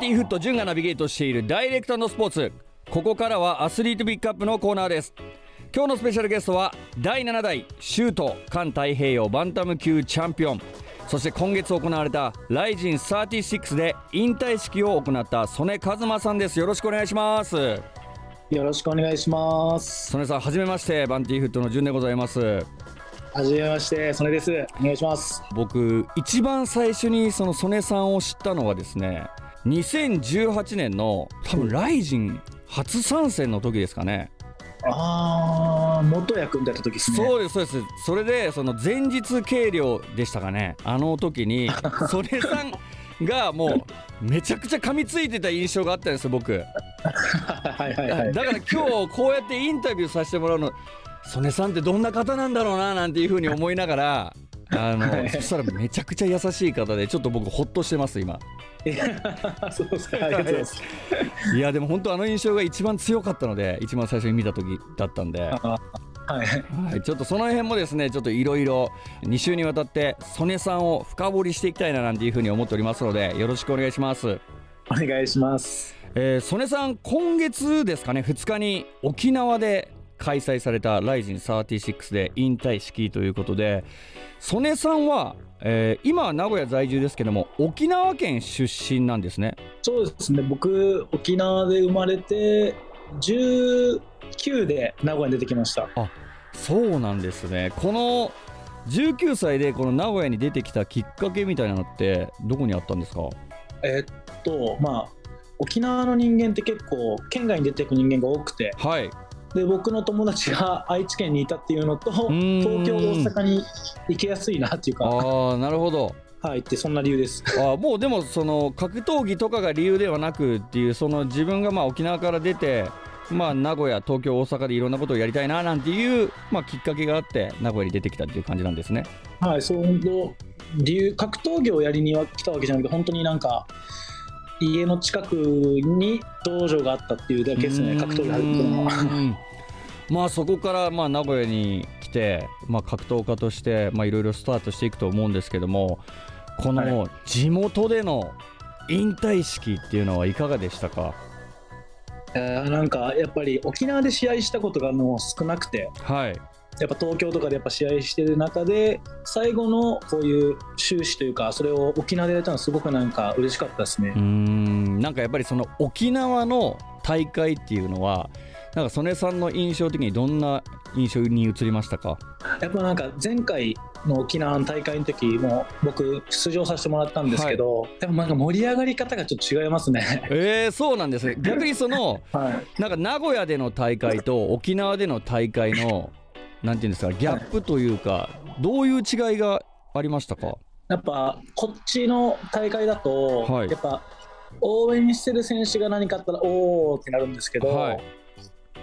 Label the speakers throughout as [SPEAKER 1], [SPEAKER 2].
[SPEAKER 1] キンフット潤がナビゲートしているダイレクトのスポーツここからはアスリートピックアップのコーナーです今日のスペシャルゲストは第7代シュート環太平洋バンタム級チャンピオンそして今月行われた「ライジン36」で引退式を行った曽根一馬さんですよろしくお願いします
[SPEAKER 2] よろしくお願いします。
[SPEAKER 1] 曽根さんはじめましてバンティーフットの潤でございます
[SPEAKER 2] はじめまして、曽根です。お願いします。
[SPEAKER 1] 僕一番最初にその曽根さんを知ったのはですね2018年の多分ライジン初参戦の時ですかね
[SPEAKER 2] ああ、元也君だった時ですね。
[SPEAKER 1] そうですそうですそれでその前日計量でしたかねあの時に曽根さんがもうめちゃくちゃ噛みついてた印象があったんですよ僕
[SPEAKER 2] はいはいはい。
[SPEAKER 1] だから今日こうやってインタビューさせてもらうの曽根さんってどんな方なんだろうななんていうふうに思いながらあ
[SPEAKER 2] は
[SPEAKER 1] の
[SPEAKER 2] い
[SPEAKER 1] そしたらめちゃくちゃ優しい方でちょっと僕ほっとしてます今
[SPEAKER 2] そうですか。ありがとうございます。
[SPEAKER 1] いやでも本当あの印象が一番強かったので一番最初に見た時だったんで、は
[SPEAKER 2] はい。
[SPEAKER 1] い、ちょっとその辺もですねちょっといろいろ2週にわたって曽根さんを深掘りしていきたいななんていうふうに思っておりますのでよろしくお願いします、
[SPEAKER 2] お願いします。
[SPEAKER 1] えー曽根さん今月ですかね2日に沖縄で開催された「ライジン36で引退式ということで曽根さんは、えー今は名古屋在住ですけども沖縄県出身なんですね
[SPEAKER 2] そうですね。僕、沖縄で生まれて、19で名古屋に出てきました。
[SPEAKER 1] そうなんですねこの19歳でこの名古屋に出てきたきっかけみたいなのってどこにあったんですか
[SPEAKER 2] えーっと、まあ、沖縄の人間って結構、県外に出ていく人間が多くて、
[SPEAKER 1] はい
[SPEAKER 2] で、僕の友達が愛知県にいたっていうのと、
[SPEAKER 1] ん
[SPEAKER 2] 東京、大阪に行きやすいなっていうか、
[SPEAKER 1] ああなるほど
[SPEAKER 2] はいって、そんな理由です。
[SPEAKER 1] あーもうでもその格闘技とかが理由ではなくっていうその自分がまあ沖縄から出てまあ名古屋東京大阪でいろんなことをやりたいななんていうまあきっかけがあって名古屋に出てきたっていう感じなんですね
[SPEAKER 2] はい、そう本当理由格闘技をやりには来たわけじゃなくて本当になんか家の近くに道場があったっていうだけですね格闘技始めたのは。
[SPEAKER 1] うんまあそこからまあ名古屋に来て、まあ、格闘家としてまあいろいろスタートしていくと思うんですけどもこの地元での引退式っていうのはいかがでしたか
[SPEAKER 2] えーなんかやっぱり沖縄で試合したことがもう少なくて
[SPEAKER 1] はい
[SPEAKER 2] やっぱ東京とかでやっぱ試合してる中で最後のこういう終始というかそれを沖縄でやれたのすごくなんか嬉しかったですね
[SPEAKER 1] うー。んなんかやっぱりその沖縄の大会っていうのはなんか曽根さんの印象的にどんな印象に映りましたか
[SPEAKER 2] やっぱなんか前回の沖縄の大会の時も僕出場させてもらったんですけど、でもなんか盛り上がり方がちょっと違いますね。
[SPEAKER 1] えー、そうなんですね逆にその
[SPEAKER 2] はい
[SPEAKER 1] なんか名古屋での大会と沖縄での大会のなんていうんですかギャップというかどういう違いがありましたか
[SPEAKER 2] やっぱこっちの大会だと、
[SPEAKER 1] はい
[SPEAKER 2] やっぱ応援してる選手が何かあったらおーってなるんですけど、
[SPEAKER 1] はい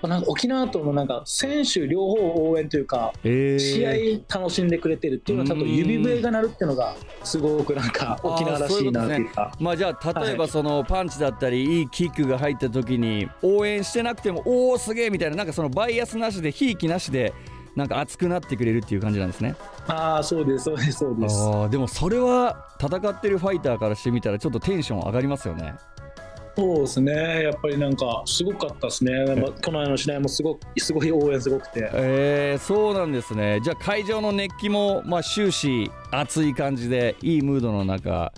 [SPEAKER 2] なんか沖縄とのなんか選手両方応援というか、
[SPEAKER 1] えー、
[SPEAKER 2] 試合楽しんでくれてるっていうのは多分指笛が鳴るっていうのがすごくなんか
[SPEAKER 1] うん
[SPEAKER 2] 沖縄らしいなっていうか。
[SPEAKER 1] まあじゃあ例え
[SPEAKER 2] は
[SPEAKER 1] ばそのパンチだったりいいキックが入った時に応援してなくてもおおすげえみたいななんかそのバイアスなしでひいきなしでなんか熱くなってくれるっていう感じなんですね
[SPEAKER 2] ああーそうですそうですそ
[SPEAKER 1] あ
[SPEAKER 2] うです。
[SPEAKER 1] ーでもそれは戦ってるファイターからしてみたらちょっとテンション上がりますよね
[SPEAKER 2] そうですねやっぱりなんかすごかったですね。まあ去年の試合もすごくすごい応援すごくて。
[SPEAKER 1] えー、そうなんですねじゃあ会場の熱気も、まあ、終始熱い感じでいいムードの中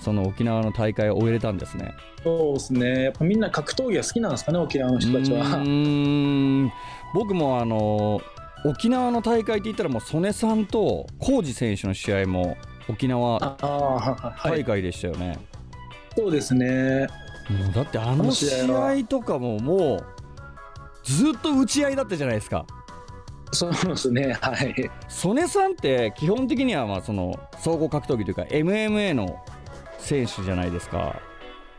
[SPEAKER 1] その沖縄の大会を終えれたんですね
[SPEAKER 2] そうですねやっぱみんな格闘技が好きなんですかね沖縄の人たちは。
[SPEAKER 1] うーん僕もあの沖縄の大会って言ったらもう曽根さんと浩二選手の試合も沖縄
[SPEAKER 2] ああーはい
[SPEAKER 1] 大会でしたよね、
[SPEAKER 2] そうですね。
[SPEAKER 1] もうだってあ
[SPEAKER 2] あ
[SPEAKER 1] の
[SPEAKER 2] の試
[SPEAKER 1] 試
[SPEAKER 2] 合は
[SPEAKER 1] 合とかももうずっと打ち合いだったじゃないですか
[SPEAKER 2] そうですね。はい。
[SPEAKER 1] 曽根さんって基本的にはまあその総合格闘技というか MMA の選手じゃないですか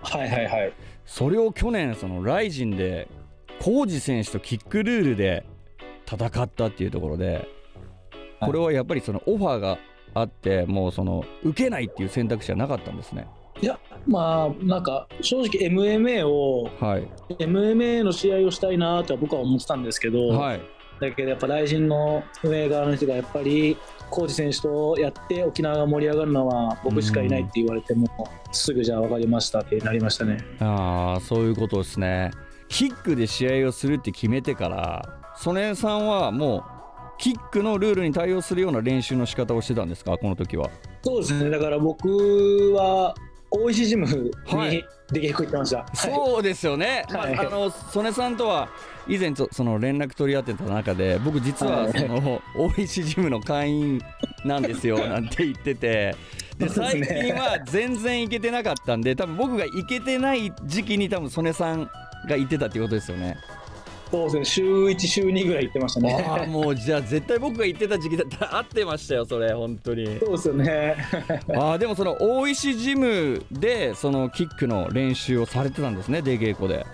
[SPEAKER 2] はいはいはい。
[SPEAKER 1] それを去年そのライジンで浩二選手とキックルールで戦ったっていうところでこれはやっぱりそのオファーがあってもうその受けないっていう選択肢はなかったんですね
[SPEAKER 2] まあ、なんか、正直 MMA を、
[SPEAKER 1] はい
[SPEAKER 2] MMA の試合をしたいなーって僕は思ってたんですけど、
[SPEAKER 1] はい
[SPEAKER 2] だけどやっぱ雷神の運営側の人がやっぱり浩二選手とやって沖縄が盛り上がるのは僕しかいないって言われても、すぐじゃあ分かりましたってなりましたね。
[SPEAKER 1] ああそういうことですねキックで試合をするって決めてから曽根さんはもうキックのルールに対応するような練習の仕方をしてたんですかこの時は
[SPEAKER 2] そうですねだから僕は大石ジムに
[SPEAKER 1] はい
[SPEAKER 2] 出稽古行ってました。はい
[SPEAKER 1] そうですよね、まあ
[SPEAKER 2] はい
[SPEAKER 1] あの曽根さんとは以前とその連絡取り合ってた中で僕実は
[SPEAKER 2] はい
[SPEAKER 1] その大石ジムの会員なんです よなんて言っててで
[SPEAKER 2] そうで
[SPEAKER 1] 最
[SPEAKER 2] すね
[SPEAKER 1] 近は全然行けてなかったんで多分僕が行けてない時期に多分曽根さんが行ってたっていうことですよね。
[SPEAKER 2] そうですね週1週2ぐらい行ってましたね。
[SPEAKER 1] ああもうじゃあ絶対僕が行ってた時期だったら合ってましたよそれ本当に
[SPEAKER 2] そうですよね。
[SPEAKER 1] ああでもその大石ジムでそのキックの練習をされてたんですね出稽古で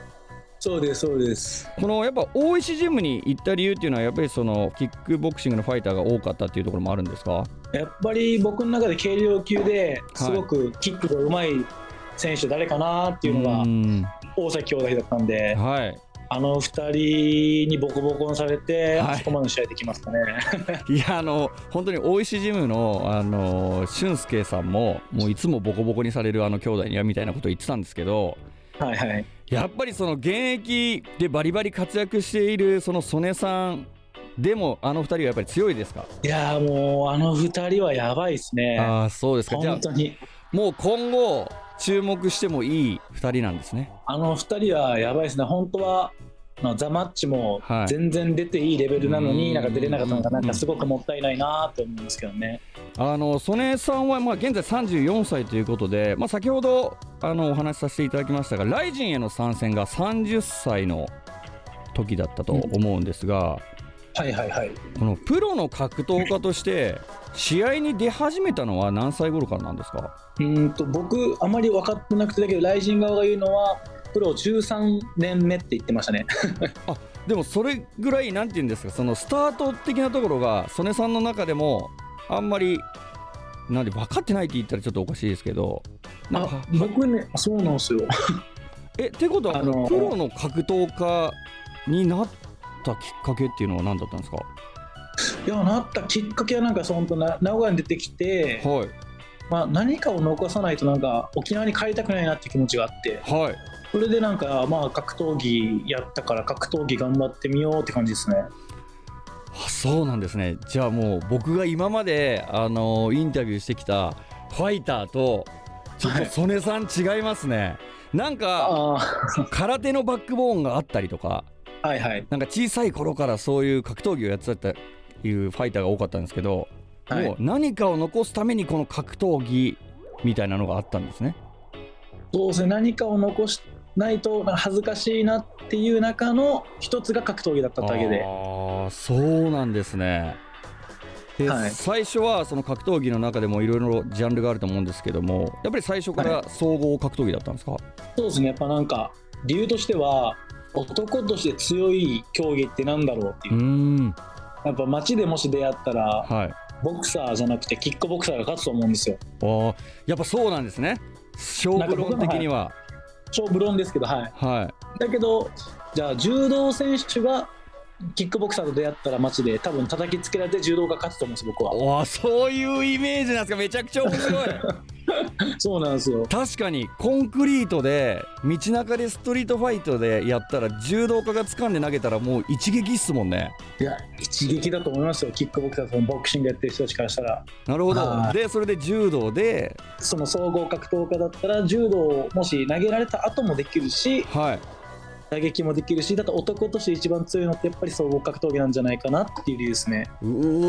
[SPEAKER 2] そうですそうです。
[SPEAKER 1] このやっぱ大石ジムに行った理由っていうのはやっぱりそのキックボクシングのファイターが多かったっていうところもあるんですか
[SPEAKER 2] やっぱり僕の中で軽量級ですごくキックが上手い選手誰かなっていうのが
[SPEAKER 1] ん
[SPEAKER 2] 大崎兄弟だったんで、
[SPEAKER 1] はい
[SPEAKER 2] あの2人にボコボコにされ
[SPEAKER 1] は
[SPEAKER 2] て、
[SPEAKER 1] い
[SPEAKER 2] あそこまでの試合できま すかね。
[SPEAKER 1] いやあの本当に大石ジムのあの俊介さんももういつもボコボコにされるあの兄弟にはみたいなこと言ってたんですけど
[SPEAKER 2] はいはい。
[SPEAKER 1] やっぱりその現役でバリバリ活躍しているその曽根さんでもあの二人はやっぱり強いですか、
[SPEAKER 2] いやーもうあの2人はやばいですね。
[SPEAKER 1] ああそうですかじゃ
[SPEAKER 2] 本当に
[SPEAKER 1] あもう今後注目してもいい二人なんですね
[SPEAKER 2] あの2人はやばいですね。本当はあのザ・マッチも
[SPEAKER 1] はい
[SPEAKER 2] 全然出ていいレベルなの
[SPEAKER 1] う
[SPEAKER 2] に、
[SPEAKER 1] ん
[SPEAKER 2] なんか出れなかったのが、なん
[SPEAKER 1] うん
[SPEAKER 2] かすごくもったいないなと思うんですけどね。
[SPEAKER 1] あの曽根さんはまあ現在34歳ということで、まあ、先ほどあのお話しさせていただきましたがライジンへの参戦が30歳の時だったと思うんですが、
[SPEAKER 2] はいはいはい。
[SPEAKER 1] このプロの格闘家として試合に出始めたのは何歳頃からなんですか
[SPEAKER 2] うーんと僕、あまり分かってなくて、だけど、ライジン側が言うのは、プロ13年目って言ってましたね。
[SPEAKER 1] でもそれぐらいなんて言うんですかそのスタート的なところが曽根さんの中でもあんまりなんで分かってないって言ったらちょっとおかしいですけどなんか
[SPEAKER 2] あ僕ね、そうなんですよ。
[SPEAKER 1] えってことは、
[SPEAKER 2] あの
[SPEAKER 1] プロの格闘家になったきっかけっていうのは何だったんですか
[SPEAKER 2] いや、なったきっかけは、なんか、そのとな名古屋に出てきて、
[SPEAKER 1] はい
[SPEAKER 2] まあ、何かを残さないと、なんか、沖縄に帰りたくないなって気持ちがあって、
[SPEAKER 1] はい
[SPEAKER 2] それでなんか、まあ、格闘技やったから、格闘技頑張ってみようって感じですね。
[SPEAKER 1] あそうなんですねじゃあもう僕が今まで、あのインタビューしてきたファイターとちょっと曽根さん違いますね、なんか
[SPEAKER 2] ああ
[SPEAKER 1] 空手のバックボーンがあったりとか
[SPEAKER 2] ー、はいはい。
[SPEAKER 1] なんか小さい頃からそういう格闘技をやってたっていうファイターが多かったんですけど、
[SPEAKER 2] はい
[SPEAKER 1] もう何かを残すためにこの格闘技みたいなのがあったんですね
[SPEAKER 2] どうせ何かを残しないとなんか恥ずかしいなっていう中の一つが格闘技だっただけで。
[SPEAKER 1] ああそうなんですねで、
[SPEAKER 2] はい
[SPEAKER 1] 最初はその格闘技の中でもいろいろジャンルがあると思うんですけどもやっぱり最初から総合格闘技だったんですか、
[SPEAKER 2] そうですね、やっぱなんか、理由としては、男として強い競技ってなんだろうっていう
[SPEAKER 1] ー
[SPEAKER 2] う。
[SPEAKER 1] ん
[SPEAKER 2] やっぱ街でもし出会ったら、
[SPEAKER 1] はい
[SPEAKER 2] ボクサーじゃなくてキックボクサーが勝つと思うんですよ。
[SPEAKER 1] あーやっぱそうなんですね勝負論的には
[SPEAKER 2] 超無論ですけど、はい。
[SPEAKER 1] は
[SPEAKER 2] だけど、じゃあ柔道選手がキックボクサーと出会ったら街で多分叩きつけられて柔道が勝つと思うんです、僕
[SPEAKER 1] い
[SPEAKER 2] は。
[SPEAKER 1] わあそういうイメージなんですかめちゃくちゃ面白い
[SPEAKER 2] そうなんですよ。
[SPEAKER 1] 確かにコンクリートで道中でストリートファイトでやったら柔道家が掴んで投げたらもう一撃っすもんね
[SPEAKER 2] いや、一撃だと思いますよ、キックボクサーとのボクシングやってる人たちからしたら。
[SPEAKER 1] なるほど
[SPEAKER 2] はい
[SPEAKER 1] でそれで柔道で
[SPEAKER 2] その総合格闘家だったら柔道をもし投げられた後もできるし
[SPEAKER 1] はい
[SPEAKER 2] 打撃もできるしだと男として一番強いのってやっぱり総合格闘技なんじゃないかなっていう理由ですね
[SPEAKER 1] う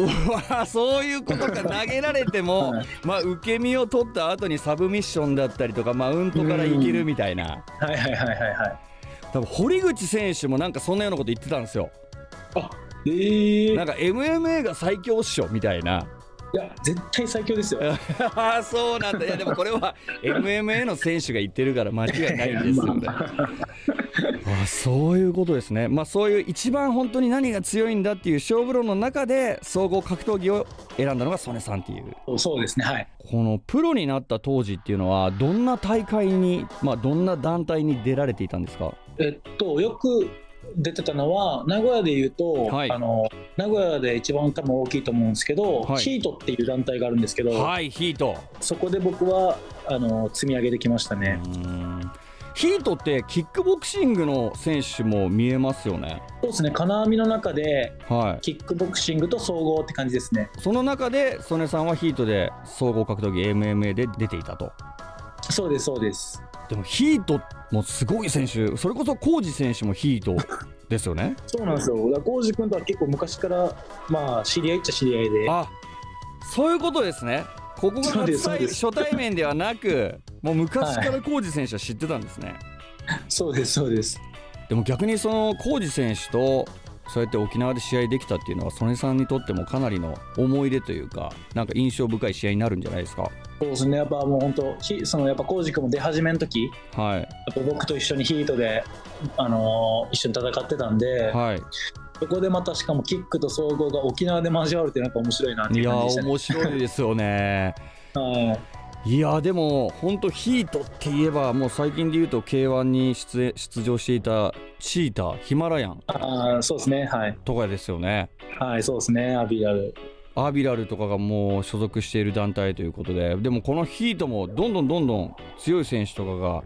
[SPEAKER 1] ーわそういうことか投げられても、
[SPEAKER 2] はい
[SPEAKER 1] まあ、受け身を取った後にサブミッションだったりとかマウントからいけるみたいな
[SPEAKER 2] はいはいはいはいはい
[SPEAKER 1] 多分堀口選手もなんかそんなようなこと言ってたんですよ
[SPEAKER 2] あええ
[SPEAKER 1] なんか MMA が最強っしょみたいな
[SPEAKER 2] いや絶対最強ですよ
[SPEAKER 1] あーそうなんだいやでもこれは MMA の選手が言ってるから間違いないんですよ ねあそういうことですねまあそういう一番本当に何が強いんだっていう勝負論の中で総合格闘技を選んだのが曽根さんっていう
[SPEAKER 2] そうそうですねはい
[SPEAKER 1] このプロになった当時っていうのはどんな大会に、まあ、どんな団体に出られていたんですか
[SPEAKER 2] えっとよく出てたのは名古屋でいうと、
[SPEAKER 1] はい
[SPEAKER 2] あの名古屋で一番多分大きいと思うんですけど、
[SPEAKER 1] はい
[SPEAKER 2] ヒートっていう団体があるんですけど、
[SPEAKER 1] はいヒート
[SPEAKER 2] そこで僕はあの積み上げてきましたね、
[SPEAKER 1] うんヒートってキックボクシングの選手も見えますよね
[SPEAKER 2] そうですね金網の中で
[SPEAKER 1] は
[SPEAKER 2] キックボクシングと総合って感じですね
[SPEAKER 1] いその中で曽根さんはヒートで総合格闘技 MMA で出ていたと
[SPEAKER 2] そうですそうです
[SPEAKER 1] でもヒートもすごい選手それこそ浩二選手もヒー トですよね
[SPEAKER 2] そうなんですよだから浩司君とは結構昔からまあ知り合いっちゃ知り合いで
[SPEAKER 1] あそういうことですねここが
[SPEAKER 2] そうで
[SPEAKER 1] 初
[SPEAKER 2] すそう
[SPEAKER 1] 対
[SPEAKER 2] です
[SPEAKER 1] 初対面ではなくもう昔から浩二選手は知ってたんですね、
[SPEAKER 2] そうですそうです
[SPEAKER 1] でも逆にその浩二選手とそうやって沖縄で試合できたっていうのは曽根さんにとってもかなりの思い出というかなんか印象深い試合になるんじゃないですか
[SPEAKER 2] そうですねやっぱもう本当ひそのやっぱ浩司君も出始めの時
[SPEAKER 1] はい
[SPEAKER 2] やっぱ僕と一緒にヒートで、あのー一緒に戦ってたんで、
[SPEAKER 1] はい
[SPEAKER 2] そこでまたしかもキックと総合が沖縄で交わるってなんか面白いなって
[SPEAKER 1] い
[SPEAKER 2] いう
[SPEAKER 1] や
[SPEAKER 2] 感じでした
[SPEAKER 1] ー
[SPEAKER 2] ね。
[SPEAKER 1] 面白いですよね
[SPEAKER 2] はい
[SPEAKER 1] いやーでも本当ヒートって言えばもう最近で言うと k 1に出演出場していたチーターヒマラヤン
[SPEAKER 2] あーそうですね、はい、
[SPEAKER 1] とかですよね
[SPEAKER 2] はい、そうですね、アビラル。
[SPEAKER 1] アビラルとかがもう所属している団体ということででもこのヒートもどんどんどんどん強い選手とかが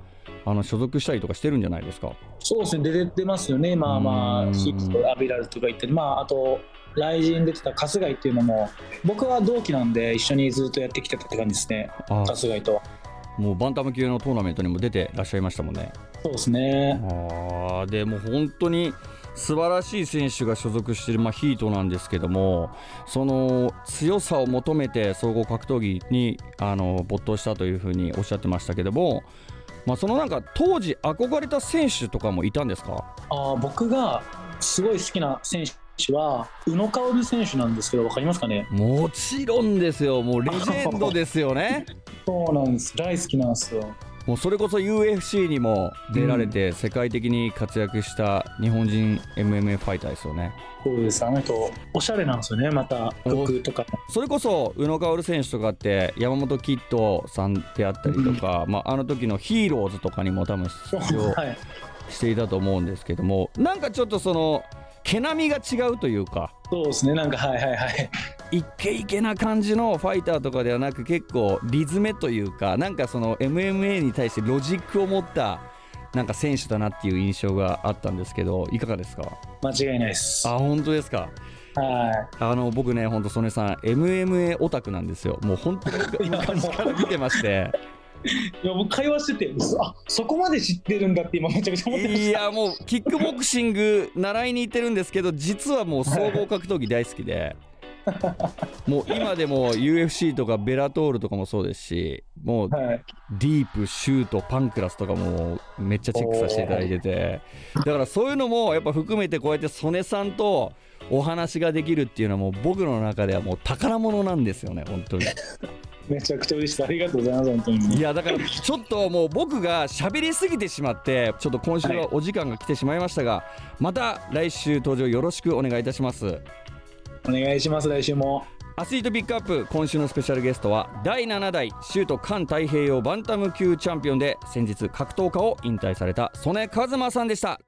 [SPEAKER 1] あの所属したりとかしてるんじゃないですか
[SPEAKER 2] そうですね、出てますよね、まあま
[SPEAKER 1] うん
[SPEAKER 2] あ、ヒット、アビラルとか言って、まあ、あと、雷神出てた春日井っていうのも、僕は同期なんで、一緒にずっとやってきてたって感じですね、
[SPEAKER 1] あ
[SPEAKER 2] 春日井とは。
[SPEAKER 1] もうバンタム級のトーナメントにも出てらっしゃいましたもんね
[SPEAKER 2] そうですね、
[SPEAKER 1] あーでも本当に素晴らしい選手が所属している、まあ、ヒートなんですけどもその強さを求めて総合格闘技にあの没頭したというふうにおっしゃってましたけども、まあ、そのなんか当時憧れた選手とかもいたんですか
[SPEAKER 2] あー僕がすごい好きな選手は、宇野薫選手なんですけど、わかりますかね
[SPEAKER 1] もちろんですよもうレジェンドですよね
[SPEAKER 2] そうなんです、大好きなんですよ。
[SPEAKER 1] もうそれこそ UFC にも出られて世界的に活躍した日本人 MMA ファイターですよね
[SPEAKER 2] そうです、あの人、おしゃれなんですよね、また、服とか。
[SPEAKER 1] それこそ宇野薫選手とかって山本キッドさんであったりとか、まあ、あの時のヒーローズとかにも多分出場
[SPEAKER 2] はい、
[SPEAKER 1] していたと思うんですけどもなんかちょっとその毛並みが違うというか
[SPEAKER 2] そうですね、なんか、はいはいはい。
[SPEAKER 1] イケイケな感じのファイターとかではなく結構リズメというかなんかその MMA に対してロジックを持ったなんか選手だなっていう印象があったんですけどいかがですか
[SPEAKER 2] 間違いないです。
[SPEAKER 1] あ本当ですか
[SPEAKER 2] は
[SPEAKER 1] あの僕ね本当曽根さん MMA オタクなんですよもう本 当に
[SPEAKER 2] いや
[SPEAKER 1] 昔から見てまして。
[SPEAKER 2] い。いや、僕会話してて、嘘あ、そこまで知ってるんだって、今めちゃくちゃ思ってま
[SPEAKER 1] い
[SPEAKER 2] した。
[SPEAKER 1] やもうキックボクシング習いに行ってるんですけど実はもう総合格闘技大好きでもう今でも UFC とかベラトールとかもそうですしもう
[SPEAKER 2] はい。
[SPEAKER 1] ディープシュートパンクラスとかもめっちゃチェックさせていただいててだからそういうのもやっぱ含めてこうやって曽根さんとお話ができるっていうのはもう僕の中ではもう宝物なんですよね本当に。
[SPEAKER 2] めちゃくちゃ嬉しいです。ありがとうございます、本当に。
[SPEAKER 1] いやだからちょっともう僕が喋りすぎてしまってちょっと今週はお時間が来てしまいましたが、また来週登場よろしくお願いいたします
[SPEAKER 2] お願いします、来週も。
[SPEAKER 1] アスリートピックアップ今週のスペシャルゲストは第7代シュート環太平洋バンタム級チャンピオンで先日格闘家を引退された曽根和馬さんでした